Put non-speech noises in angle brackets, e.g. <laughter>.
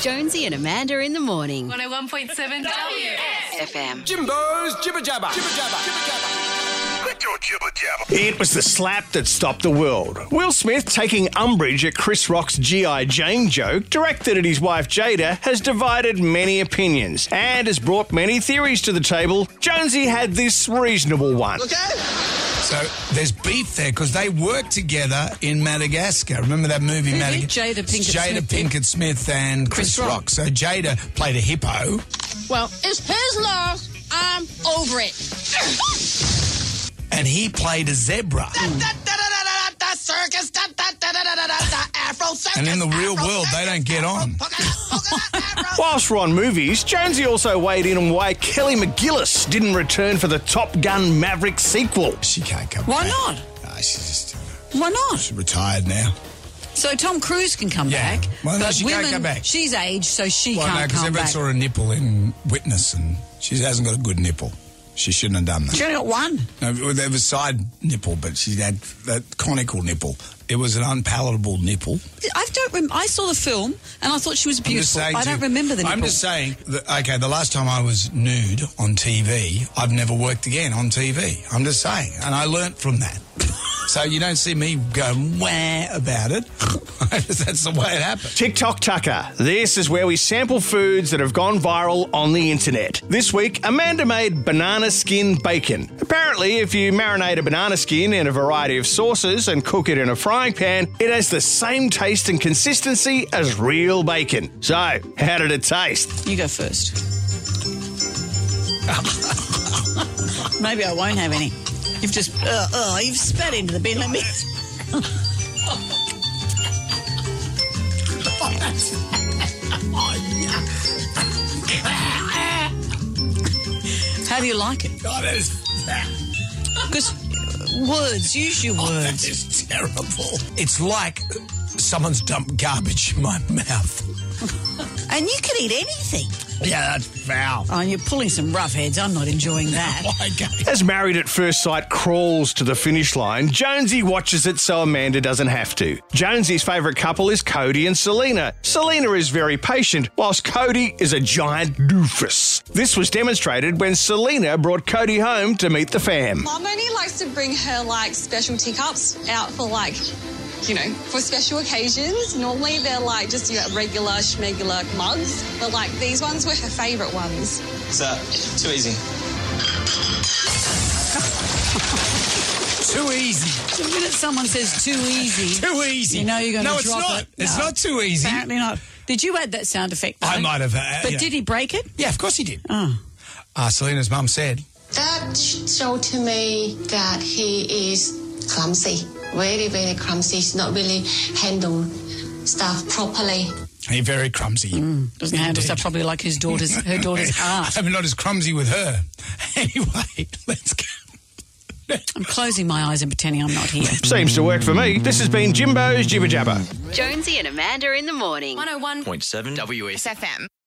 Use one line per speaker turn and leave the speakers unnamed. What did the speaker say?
Jonesy and Amanda in the morning.
101.7 W.
FM.
Jimbo's Jibber Jabber. Jibber Jabber. Jibber Jabber.
It was the slap that stopped the world. Will Smith, taking umbrage at Chris Rock's G.I. Jane joke, directed at his wife Jada, has divided many opinions and has brought many theories to the table. Jonesy had this reasonable one.
So there's beef there because they work together in Madagascar. Remember that movie, Madagascar?
Jada Pinkett
Jada
Smith did.
Pinkett Smith and Chris,
Chris
Rock.
Rock.
So Jada played a hippo.
Well, it's his loss. I'm over it.
And he played a zebra.
circus, da, da, da, da, da, da, da, da, Afro circus.
And in the real world, they don't get on.
Whilst we're on movies, Jonesy also weighed in on why Kelly McGillis didn't return for the Top Gun Maverick sequel.
She can't come
Why
back.
not?
No, Ah, she's just
Why not?
she's retired now.
So Tom Cruise can come
Yeah.
back.
Well, no,
but
she can't
women,
come back.
She's aged, so she
well, no,
can't
because
come
everyone
back.
saw a nipple in Witness and she hasn't got a good nipple. She shouldn't have done that.
She only got one.
No, there was side nipple, but she had that conical nipple. It was an unpalatable nipple.
I don't. Rem- I saw the film and I thought she was
I'm just
beautiful.
saying
I
to
don't
you-
remember the nipple.
I'm just saying, that, okay, the last time I was nude on TV, I've never worked again on TV. I'm just saying. And I learnt from <laughs> that. so you don't see me going wah about it. <laughs> That's the way it happened.
TikTok Tucker. This is where we sample foods that have gone viral on the internet. This week, Amanda made banana skin bacon. Apparently, if you marinate a banana skin in a variety of sauces and cook it in a frying pan, it has the same taste and consistency as real bacon. So, how did it taste?
You
<laughs>
go first. Maybe I won't have any. You've just uh, uh, you've spat into the bin. Let me.
<laughs>
How do you like it?
God, that is,
Because words, use your
that <laughs>
words.
is terrible. It's like someone's dumped garbage in my mouth.
And you can eat anything.
Yeah, that's foul.
Oh, and you're pulling some rough heads. I'm not enjoying that.
Oh Okay.
As Married at First Sight crawls to the finish line, Jonesy watches it so Amanda doesn't have to. Jonesy's favourite couple is Cody and Selena. Selena is very patient, whilst Cody is a giant doofus. This was demonstrated when Selena brought Cody home to meet the fam.
Mom only likes to bring her like specialty cups out for like, you know, for special occasions. Normally they're like just your regular schmegular mugs, but like these ones were her favourite ones.
So, too easy.
Too easy.
The minute someone says too easy,
Too easy.
You know you're going to
No, it's
drop
not.
it.
It's not too easy.
Apparently not. Did you add that sound effect? though?
I might have, uh,
but
yeah.
did he break it?
Yeah, of course he did.
Oh.
Uh, Selena's mum said,
That showed to me that he is clumsy, very, very clumsy. He's not really handle stuff properly.
he very clumsy.
Doesn't handle stuff probably like his daughter's her
<laughs>
Mm, daughter's heart.
I mean, not as clumsy with her. <laughs> Anyway, <laughs> let's go.
I'm closing my eyes and pretending I'm not here.
Seems to work for me. This has been Jimbo's Jibber Jabber.
Jonesy and Amanda in the morning.
101
Point seven WS.
SFM.